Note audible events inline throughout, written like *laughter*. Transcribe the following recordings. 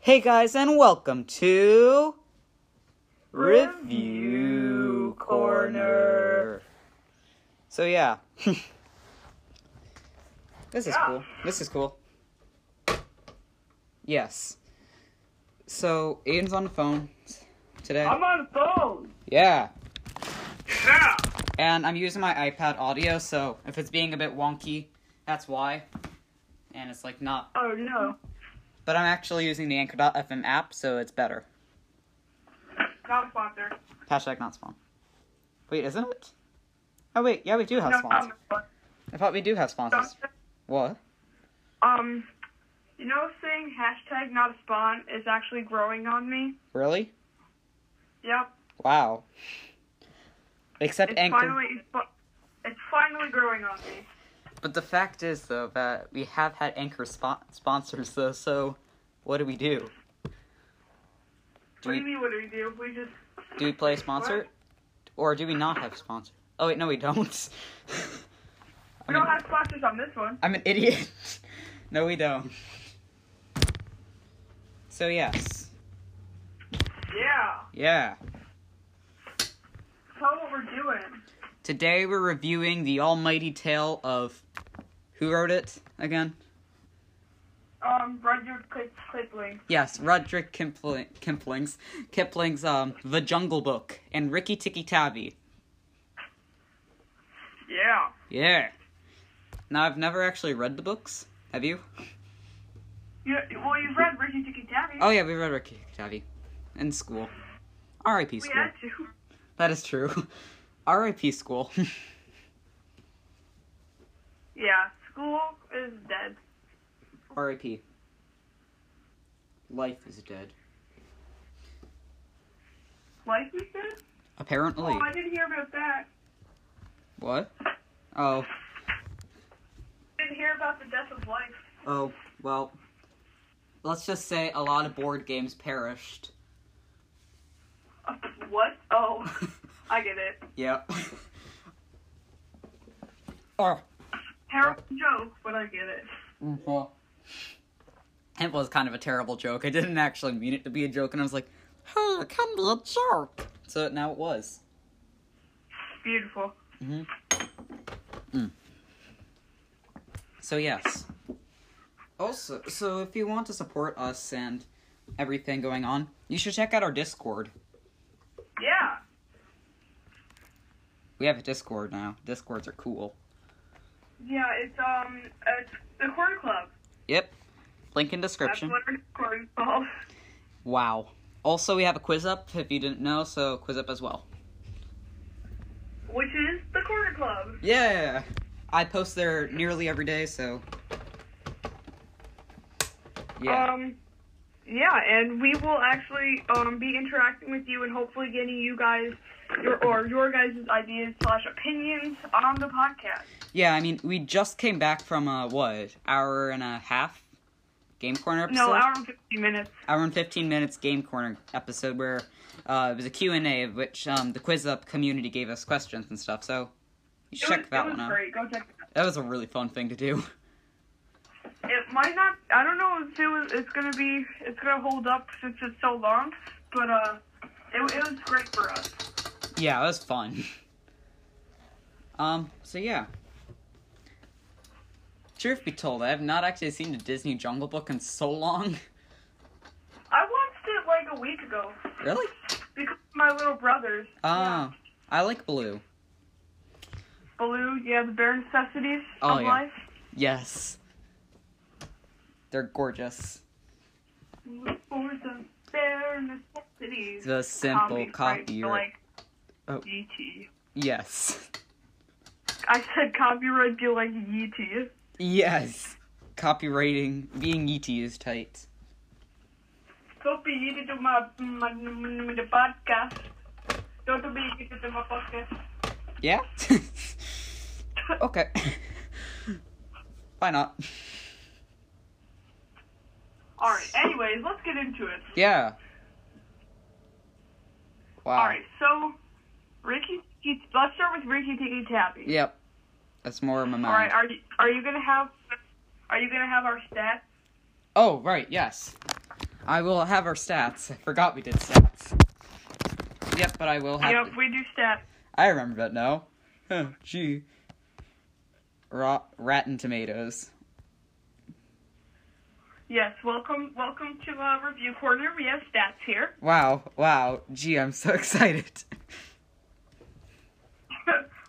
Hey guys, and welcome to Review Corner. So yeah, *laughs* this is Yeah. cool. This is cool. Yes. So Aiden's on the phone today. I'm on phone. yeah, Yeah. and I'm using my iPad audio, so if it's being a bit wonky, that's why. And it's like not, Oh no. but I'm actually using the Anchor.fm app, so it's better. Not sponsor. Hashtag not spawn. Wait, isn't it? Oh wait, yeah, we do have No, sponsors. I thought we do have sponsors. What? Um, you know, saying hashtag not a spawn is actually growing on me. Really? Yep. Wow. Except It's Anchor. finally it's, fu- it's finally growing on me. But the fact is, though, that we have had Anchor spo- sponsors, though. So, what do we do? Do What do you we mean? What do we do? We just do we play a sponsor, or do we not have sponsor? Oh wait, no, we don't. *laughs* we I'm, don't an, have sponsors on this one. I'm an idiot. *laughs* no, we don't. So yes, Yeah. yeah. Tell what we're doing. Today we're reviewing the almighty tale of who wrote it again? Um, Rudyard Clip- Kipling. Yes, Rudyard Kipling, Kipling's Kipling's um The Jungle Book and Ricky Tikki Tavi. Yeah. Yeah. Now I've never actually read the books. Have you? You, well, you've read Ricky Tikki Tavi. Oh yeah, we read Ricky Tikki Tavi in school. R.I.P. we school. had to. That is true. *laughs* R.I.P. school. *laughs* Yeah. School is dead. R.I.P. Life is dead. Life is dead. Apparently. Oh, I didn't hear about that. What? Oh. I didn't hear about the death of life. *laughs* Oh, well, let's just say a lot of board games perished. *laughs* Uh, what? Oh, *laughs* I get it. yep. oh. Terrible joke, but I get it. mhm. It was kind of a terrible joke. I didn't actually mean it to be a joke, and I was like, hey, it can be a joke. So now it was. Beautiful. So, yes. Also, so if you want to support us and everything going on, you should check out our Discord. Yeah. We have a Discord now. Discords are cool. Yeah, it's um, it's the Corn Club. Yep. Link in That's description. what our Corn called. Wow. Also, we have a quiz up if you didn't know, so quiz up as well. Which is the Corn Club. Yeah! I post there nearly every day, so. Yeah. Um, yeah, and we will actually um be interacting with you and hopefully getting you guys your or your guys' ideas slash opinions on the podcast. yeah, I mean, we just came back from, uh, what, hour and a half Game Corner episode? No, hour and fifty minutes. hour and 15 minutes game corner episode where uh, it was a q&a of which um, the quiz up community gave us questions and stuff so you should it check was, that it was one out great. Go check it out. that was a really fun thing to do It might not. I don't know if it was. It's gonna be. It's gonna hold up since it's so long. But uh, it, it was great for us. Yeah, it was fun. Um, so yeah. Truth be told, I have not actually seen the Disney Jungle Book in so long. *laughs* I watched it like a week ago Really? because of my little brothers. Oh, I like Blue. Baloo. Yeah, the bare necessities Oh, of yeah. life. Yes. They're gorgeous. Look for the bare necessities. The simple Copyright copy. for, Like, Oh. Yeet. Yes. *laughs* I said copyright be like E yeet. Yes. Copywriting being Yeetie is tight. Don't be yeeted E to my my, my the podcast. Don't be yeeted to my podcast. Yeah? *laughs* okay. *laughs* Why not? All right. Anyways, let's get into it. Yeah. Wow. All right, so Ricky, Tikki- let's start with Ricky Tikki Tavi. Yep. That's more of my mind. All right, are you are you gonna have are you gonna have our stats? oh, right, yes. I will have our stats. I forgot we did stats. Yep, but I will have. Yep, we do stats. I remember that now. *laughs* Huh, gee. Ra- Rotten Tomatoes. Yes, welcome, welcome to uh, Review Corner. We have stats here. *laughs* Wow, wow. Gee, I'm so *laughs* excited.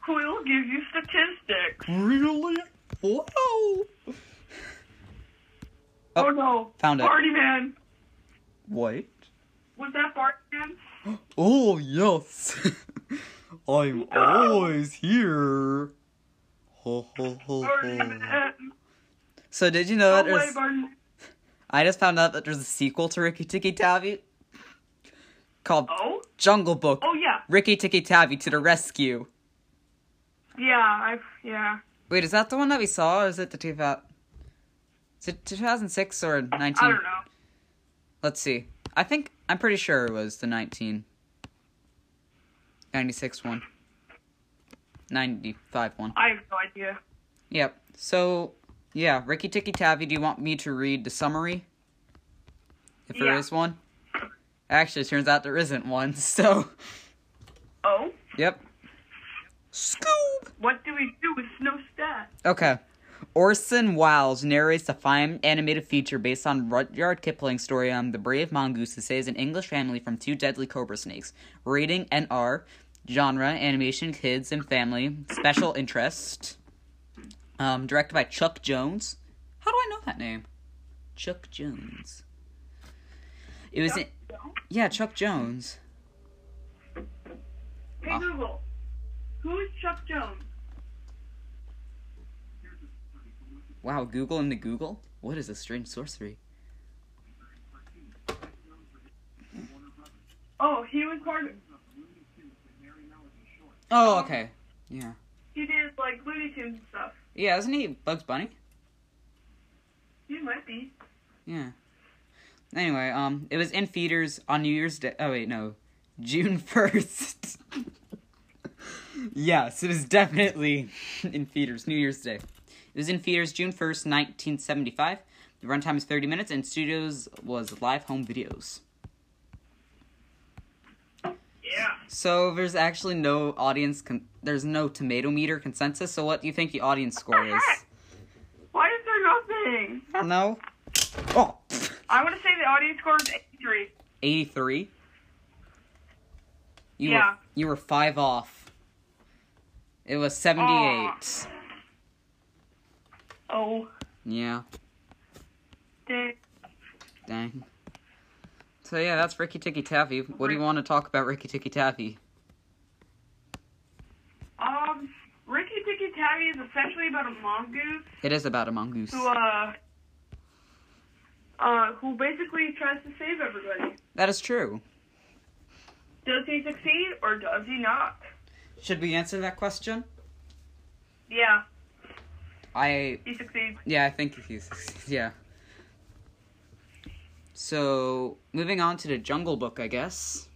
we'll give you statistics. Really? Wow. Oh, no, found it. Party man. What? Was that Bart man? Oh, yes. *laughs* I'm always here. Ho, ho, ho, Barney ho. man. So, did you know No that way, there's. Barney. I just found out that there's a sequel to Ricky Tikki Tavi called Oh, Jungle Book oh yeah, Ricky Tikki Tavi to the Rescue. yeah, I yeah. Wait, is that the one that we saw, or is it the two thousand? Is it two thousand six or I nineteen? don't know. Let's see. I think I'm pretty sure it was the nineteen ninety six one. Ninety five one. I have no idea. Yep. So yeah, Ricky Tikki Tavi. Do you want me to read the summary? If there is Yeah. one. Actually, it turns out there isn't one. *laughs* So Oh, yep. Scoop. what do we do with no stats? Okay. Orson Welles narrates a fine animated feature based on Rudyard Kipling's story on the brave mongoose who saves an English family from two deadly cobra snakes. Rating NR, genre, animation, kids, and family, special interest. Um, directed by Chuck Jones. How do I know that name? Chuck Jones. It was, in- yeah, Chuck Jones. Hey Ah. Google, who is Chuck Jones? Wow, Google into Google? What is this strange sorcery? Oh, he was part. of- Oh, okay. Yeah. He did like Looney Tunes and stuff. Yeah, isn't he Bugs Bunny? He might be. Yeah. Anyway, um, it was in theaters on New Year's Day. Oh wait, no, June *laughs* first. yes, it was definitely in theaters New Year's Day. It was in theaters June first, nineteen seventy-five. The runtime is thirty minutes, and studios was live home videos. Yeah. So there's actually no audience. Con- there's no tomato meter consensus. So what do you think the audience score is? Why is there nothing? I don't know. Oh, I want to say the audience score is 83. 83. You Yeah. Were, you were five off. It was 78. Oh, Yeah, dang. dang. So, yeah, that's Ricky Tikki Taffy. What do you want to talk about Ricky Tikki Taffy? Um, Ricky Tikki Tavi is essentially about a mongoose It is about a mongoose. who, uh, uh, who basically tries to save everybody. That is true. Does he succeed or does he not? Should we answer that question? Yeah, I. he succeeds. Yeah, I think he's. *laughs* Yeah. So, moving on to the Jungle Book, I guess.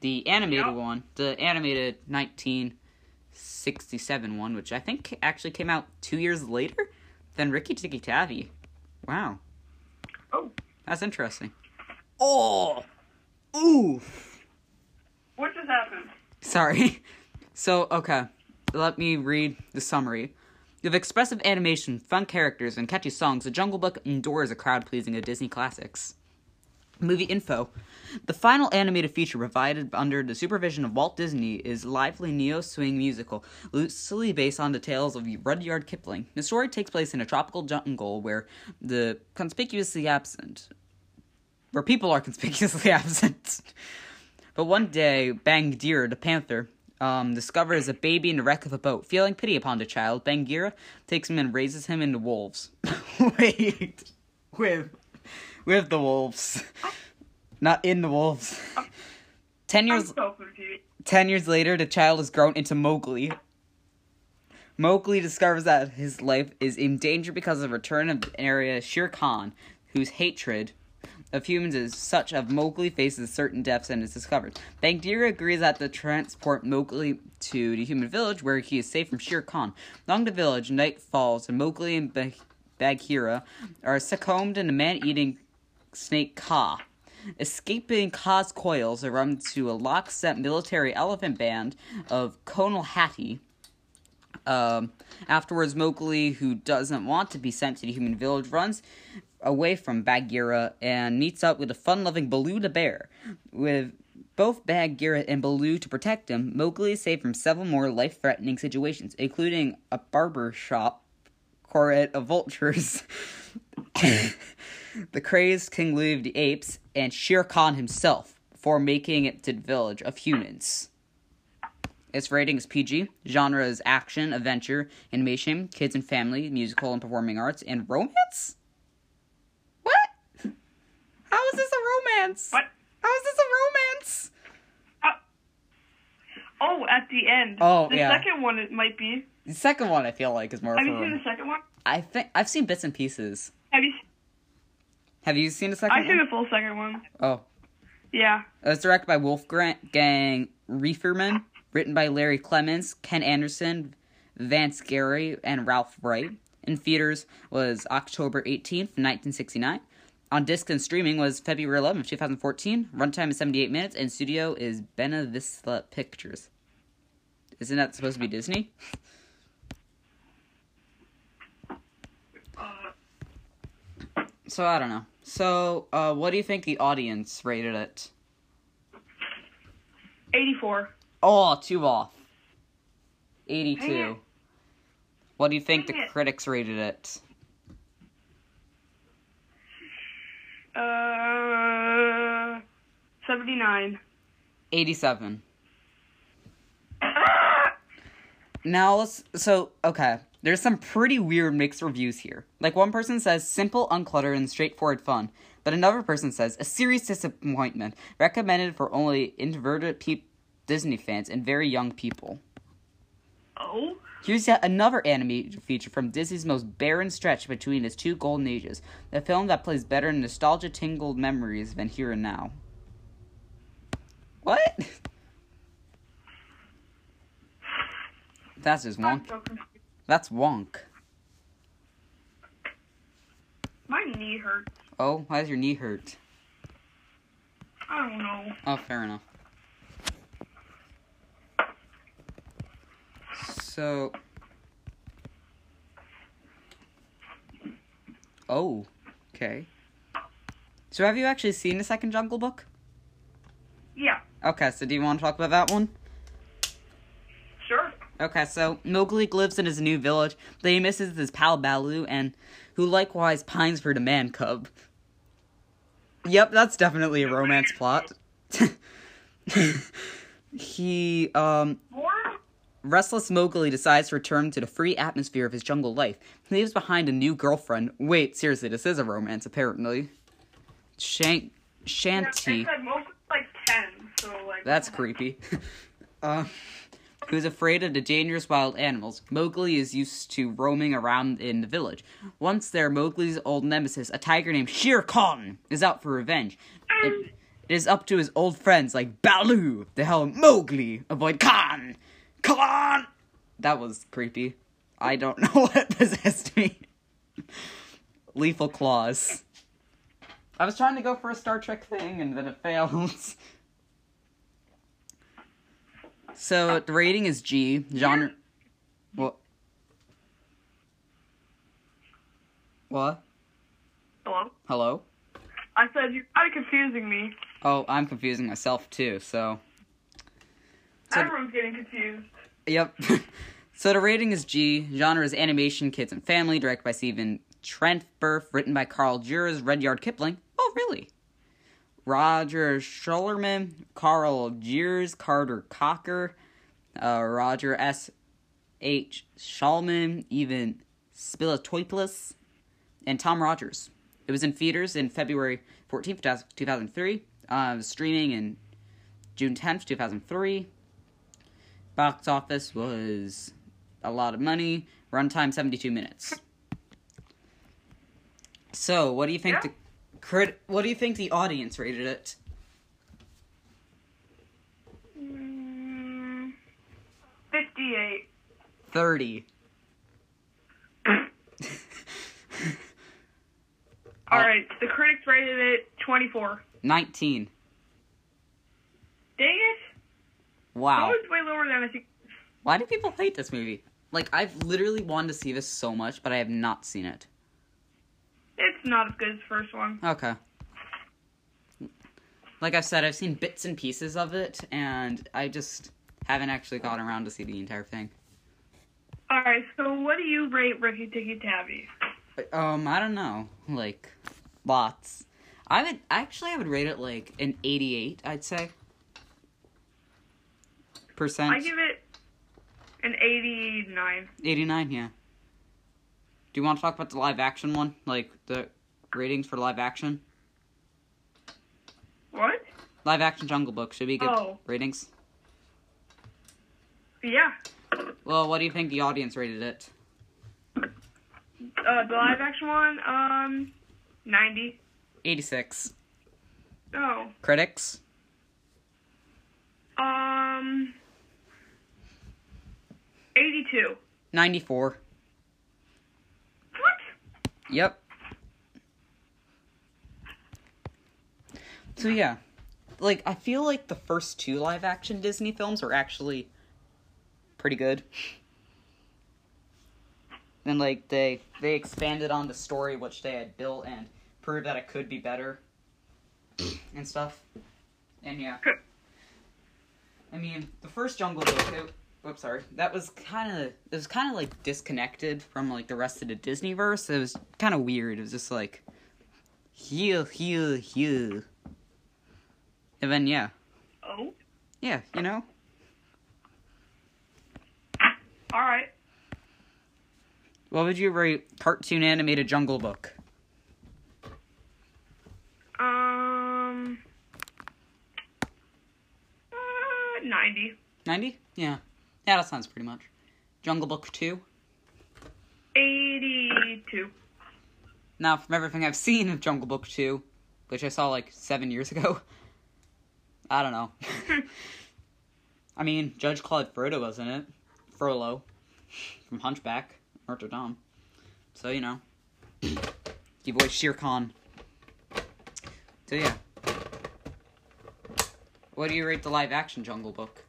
The animated Yep. one, the animated 1967 one, which I think ca- actually came out two years later than Ricky Tikki Tavi. Wow. Oh. That's interesting. Oh! Ooh! What just happened? Sorry. *laughs* So, okay. Let me read the summary. With expressive animation, fun characters, and catchy songs, The Jungle Book endures a crowd pleasing of Disney classics. Movie info. The final animated feature provided under the supervision of Walt Disney is lively neo swing musical, loosely based on the tales of Rudyard Kipling. The story takes place in a tropical jungle where the conspicuously absent, where people are conspicuously *laughs* absent. But one day, Bangira, the panther, um, discovers a baby in the wreck of a boat. Feeling pity upon the child, Bangira takes him and raises him into wolves. *laughs* Wait, with, with the wolves, not in the wolves. Ten I'm years, so confused. ten years later, the child has grown into Mowgli. Mowgli discovers that his life is in danger because of the return of the area Shere Khan, whose hatred of humans is such of Mowgli faces certain deaths and is discovered. Bagheera agrees that to transport Mowgli to the human village where he is safe from Shere Khan. Along the village, night falls and Mowgli and Bag- Bagheera are succumbed in a man-eating snake Ka. Escaping Ka's coils are run to a lockstep military elephant band of Konalhati. Um, afterwards, Mowgli, who doesn't want to be sent to the human village, runs away from Bagheera and meets up with a fun-loving Baloo the bear. With both Bagheera and Baloo to protect him, Mowgli is saved from several more life-threatening situations, including a barber shop quartet of vultures, *laughs* the crazed King Louis of the Apes, and Shere Khan himself before making it to the village of humans. Its rating is PG. Genre is action, adventure, animation, kids and family, musical and performing arts, and romance? What? How is this a romance? What? How is this a romance? Uh, Oh, at the end. Oh, the yeah. second one it might be. The second one I feel like is more of Have a you seen the rom- second one? I think I've seen bits and pieces. Have you? se- Have you seen the second I've seen one? the full second one. Oh. Yeah. It was directed by Wolfgang Reeferman, written by Larry Clemens, Ken Anderson, Vance Gary, and Ralph Wright. In theaters was October 18th, 1969. On disc and streaming was February 11th, 2014. Runtime is 78 minutes, and studio is Bena Vista Pictures. Isn't that supposed to be Disney? Uh, So I don't know. So, uh, what do you think the audience rated it? 84. Oh, two off. Dang 82. it. What do you think the Dang it. critics rated it? Uh, 79. *coughs* 87. Now let's. So, okay. There's some pretty weird mixed reviews here. Like, one person says simple, uncluttered, and straightforward fun. But another person says a serious disappointment, recommended for only introverted peop- Disney fans and very young people. Oh? Here's yet another animated feature from Disney's most barren stretch between its two golden ages, a film that plays better in nostalgia tingled memories than here and now. What? That's just I'm wonk. so confused. That's wonk. My knee hurts. Oh, why does your knee hurt? I don't know. Oh, fair enough. So. Oh, okay. So, have you actually seen the second Jungle Book? Yeah. Okay, so do you want to talk about that one? Sure. Okay, so Mowgli lives in his new village that he misses his pal Baloo, and who likewise pines for the man cub. Yep, that's definitely a romance plot. *laughs* he um More? Restless Mowgli decides to return to the free atmosphere of his jungle life. He leaves behind a new girlfriend. Wait, seriously, this is a romance, apparently. Shank Shanti. It's like, most, like 10, so like. That's creepy. uh, who's afraid of the dangerous wild animals. Mowgli is used to roaming around in the village. Once there, Mowgli's old nemesis, a tiger named Shere Khan, is out for revenge. It- it is up to his old friends like Baloo to help Mowgli avoid Khan. Khan! That was creepy. I don't *laughs* know what possessed me. Lethal claws. I was trying to go for a Star Trek thing and then it failed. *laughs* So the rating is G. Genre. What? What? Hello? Hello? I said, you're kind of confusing me. Oh, I'm confusing myself too, so. So- Everyone's getting confused. Yep. *laughs* so the rating is G. Genre is animation, kids and family, directed by Stephen Trentberth, written by Carl Jures, Rudyard Kipling. Oh, really? Roger Schullerman, Carl Jures, Carter Cocker, uh, Roger S. H. Shulman, even Spilatopolis, and Tom Rogers. It was in theaters in February 14th, 2003, uh, streaming in June 10th, 2003 box office was a lot of money. Runtime seventy two minutes. So, what do you think Yeah. the crit? What do you think the audience rated it? Mm, 58. Thirty. I All right. The critics rated it 24. 19. Dang it! That Wow. was way lower than I think. Why do people hate this movie? Like, I've literally wanted to see this so much, but I have not seen it. It's not as good as the first one. Okay. Like I've said, I've seen bits and pieces of it, and I just haven't actually gotten around to see the entire thing. All right. So what do you rate Ricky Tikki Tavi? But, Um, I don't know. Like, lots. I would actually I would rate it like an eighty-eight. I'd say. Percent. I give it an 89. Eighty-nine. Yeah. Do you want to talk about the live action one? Like the ratings for live action. What? Live action Jungle Book should we give Oh. ratings? Yeah. Well, what do you think the audience rated it? Uh, the live action one. Um, 90. Eighty-six. Oh. Critics. Um. 82. 94. What? Yep. So yeah, like I feel like the first two live action Disney films were actually pretty good. And like they they expanded on the story which they had built and proved that it could be better and stuff. And yeah. I mean, the first Jungle Book, it, whoops, sorry, that was kind of it was kind of like disconnected from like the rest of the Disneyverse. It was kind of weird. It was just like, heal, heal, heal, and then yeah, Oh. yeah, you know, All right. what would you rate cartoon animated Jungle Book? Um. Uh, 90. Ninety? Yeah, yeah, that sounds pretty much. Jungle Book two. 82. Now, from everything I've seen of Jungle Book 2, which I saw like seven years ago, *laughs* I don't know. *laughs* I mean, Judge Claude Frodo was in it. Frollo from Hunchback, Notre Dame. So, you know. he voiced Shere Khan. So, yeah. What do you rate the live action Jungle Book?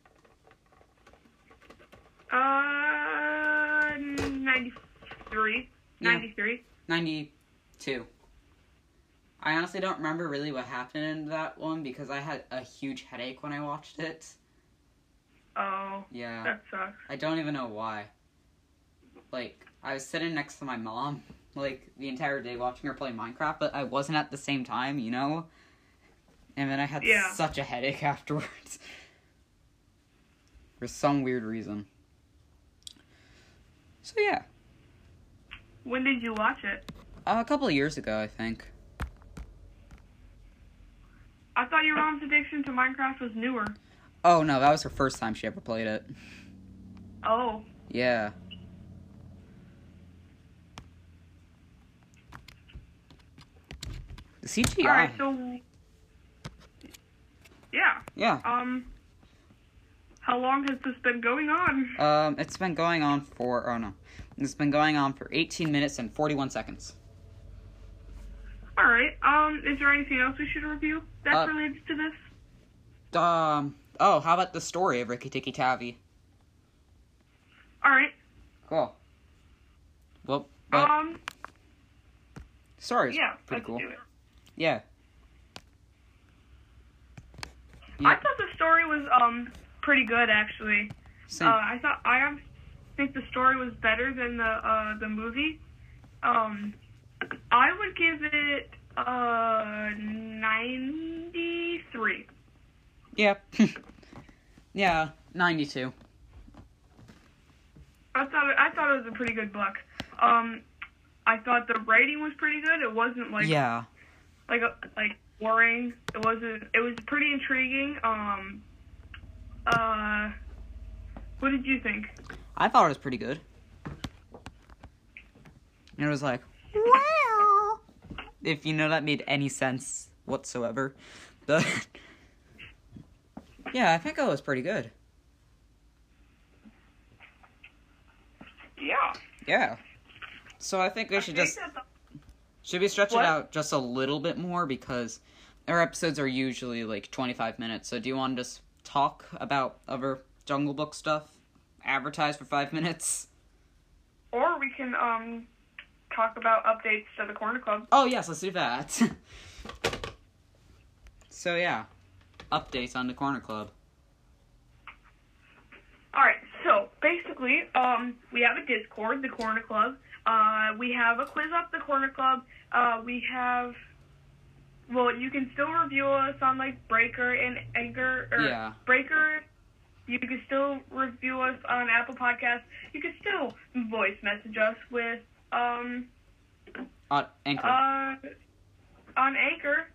Uh, 93. Yeah. 93. 92. I honestly don't remember really what happened in that one because I had a huge headache when I watched it. Oh, Yeah. that sucks. I don't even know why. Like, I was sitting next to my mom, like, the entire day watching her play Minecraft, but I wasn't at the same time, you know? And then I had Yeah. such a headache *laughs* afterwards. For some weird reason. So, yeah. When did you watch it? Uh, a couple of years ago, I think. I thought your mom's addiction to Minecraft was newer. Oh, no, that was her first time she ever played it. Oh, Yeah. The CGI. all right. So, yeah. yeah. Um, how long has this been going on? Um, it's been going on for oh no, it's been going on for 18 minutes and 41 seconds. All right. Um, is there anything else we should review that's Uh, related to this? Um. Oh, how about the story of Ricky Tikki Tavi? All right. Cool. Well, but um, story's yeah. uh, pretty Let's cool. do it. Yeah. I Yeah. thought the story was um pretty good actually. Same. Uh, I thought I um, think the story was better than the uh, the movie. Um, I would give it uh 93. yeah. *laughs* yeah. 92. I thought it, I thought it was a pretty good book. Um, I thought the writing was pretty good. It wasn't like yeah. like a, like boring. It wasn't. It was pretty intriguing. Um, uh, what did you think? I thought it was pretty good. And it was like, wow. If you know that made any sense whatsoever. But yeah, I think it was pretty good. Yeah. Yeah. So I think we should just I think that's Should we stretch What? it out just a little bit more because our episodes are usually like 25 minutes. So do you want to just talk about other Jungle Book stuff? Advertise for 5 minutes? Or we can um talk about updates to the Corner Club. Oh, yes, let's do that. *laughs* so yeah, updates on the Corner Club. All right. So basically, um, we have a Discord, the Corner Club. Uh, we have a quiz up the Corner Club. Uh, we have. Well, you can still review us on like Breaker and Anchor or Yeah. Breaker. You can still review us on Apple Podcasts. You can still voice message us with um Uh, Anchor. uh on Anchor.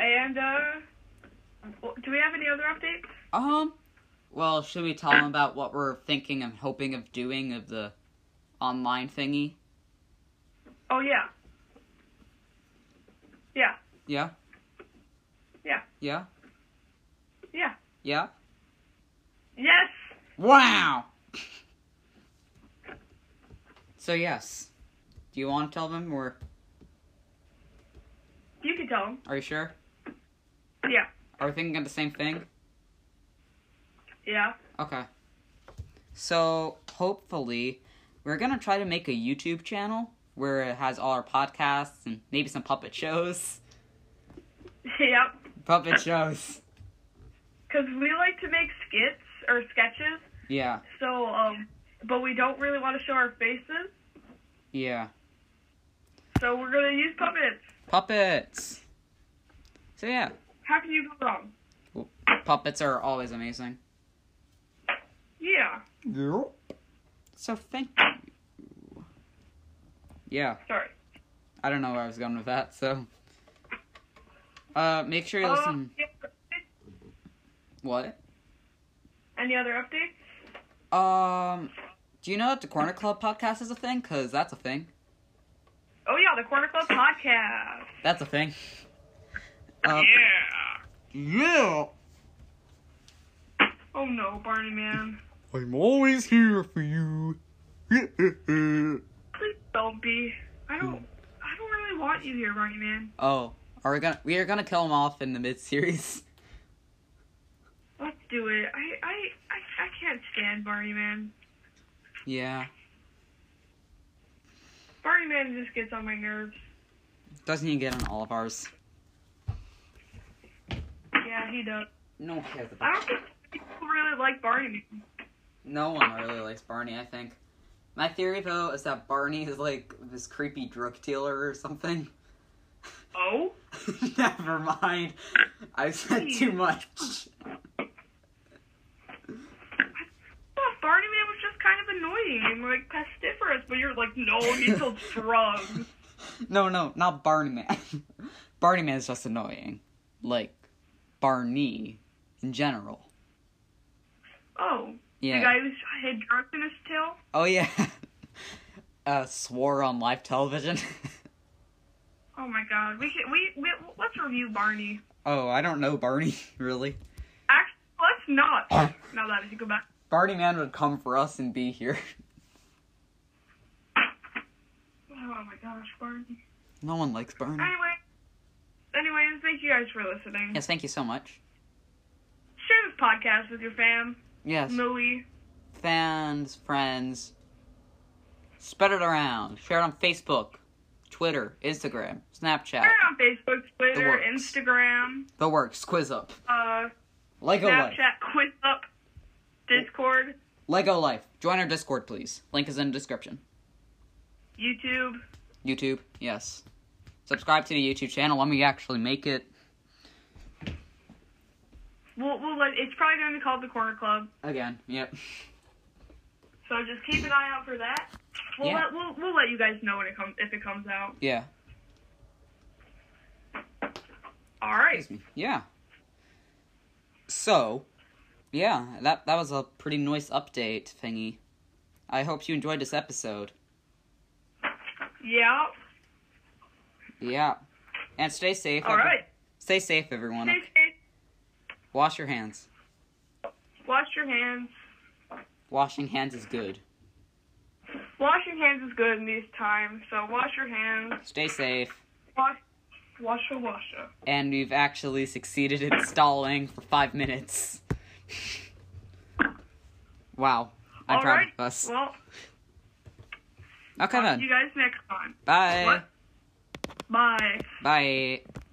And uh, w- do we have any other updates? Um, well, should we tell them about what we're thinking and hoping of doing of the online thingy? Oh yeah. Yeah. Yeah? Yeah. Yeah? Yeah. Yeah? Yes. Wow! *laughs* so, yes. Do you want to tell them, or You can tell him. are you sure? Yeah. Are we thinking of the same thing? Yeah. *laughs* Okay. So, hopefully, we're gonna try to make a YouTube channel where it has all our podcasts and maybe some puppet shows. yep. *laughs* Puppet shows. Because we like to make skits or sketches. Yeah, So um, but we don't really want to show our faces. yeah. So we're gonna use puppets. Puppets. So yeah, How can you go wrong? puppets are always amazing. Yeah. So thank you. Yeah, Sorry. I don't know where I was going with that. So, uh, make sure you listen. Um, any other updates? What? any other updates? Um, do you know that the Corner Club podcast is a thing? Cause that's a thing. Oh yeah, the Corner Club podcast. That's a thing. Uh, yeah. yeah. Oh no, Barney man. I'm always here for you. *laughs* Please don't be. I don't. I don't really want you here, Barney man. oh, are we gonna? We are gonna kill him off in the mid series. Let's do it. I I I, I can't stand Barney Man. *laughs* Yeah. Barney Man just gets on my nerves. Doesn't he get on all of ours? Yeah, he does. No one cares I don't think people really like Barney Man. No one really likes Barney, I think. My theory, though, is that Barney is like this creepy drug dealer or something. *laughs* Oh, Never mind. I said too much. well, Barney Man was just kind of annoying and like pestiferous, but you're like, no, he *laughs* sells drugs. No, no, not Barney Man. *laughs* Barney Man is just annoying. Like, Barney in general. Oh, Yeah. the guy who had drugs in his tail. Oh, yeah. *laughs* uh, swore on live television. *laughs* Oh my God, we can we, we let's review Barney. oh, I don't know Barney, *laughs* really. Actually, let's not. now that I think about. Barney Man would come for us and be here. *laughs* it. Oh my gosh, Barney. No one likes Barney. Anyway, anyways, thank you guys for listening. Yes, thank you so much. Share this podcast with your fam, Yes. Millie. Fans, friends, spread it around. Share it on Facebook, Twitter, Instagram, Snapchat, Share it on Facebook, Twitter, works. Instagram, the works. Quiz up. uh, Lego Life. Snapchat, Quiz Up, Discord, Lego Life. Join our Discord, please. Link is in the description. YouTube. YouTube. Yes. Subscribe to the YouTube channel when we actually make it. We'll, we'll let, it's probably going to be called the Corner Club, Again. Yep. so just keep an eye out for that. We'll Yeah. let we'll, we'll let you guys know when it comes if it comes out. Yeah. All right. Excuse me. Yeah. So, yeah, that that was a pretty nice update thingy. I hope you enjoyed this episode. Yeah. Yeah. And stay safe. All right. Stay safe, everyone. Stay safe. Wash your hands. Wash your hands. Washing hands is good. Washing hands is good in these times, so wash your hands. Stay safe. Wash, washa, washa. And we've actually succeeded in stalling for five minutes. wow. I'm All proud right. of us. Well, okay talk to then. you guys next time. Bye. What? Bye. Bye.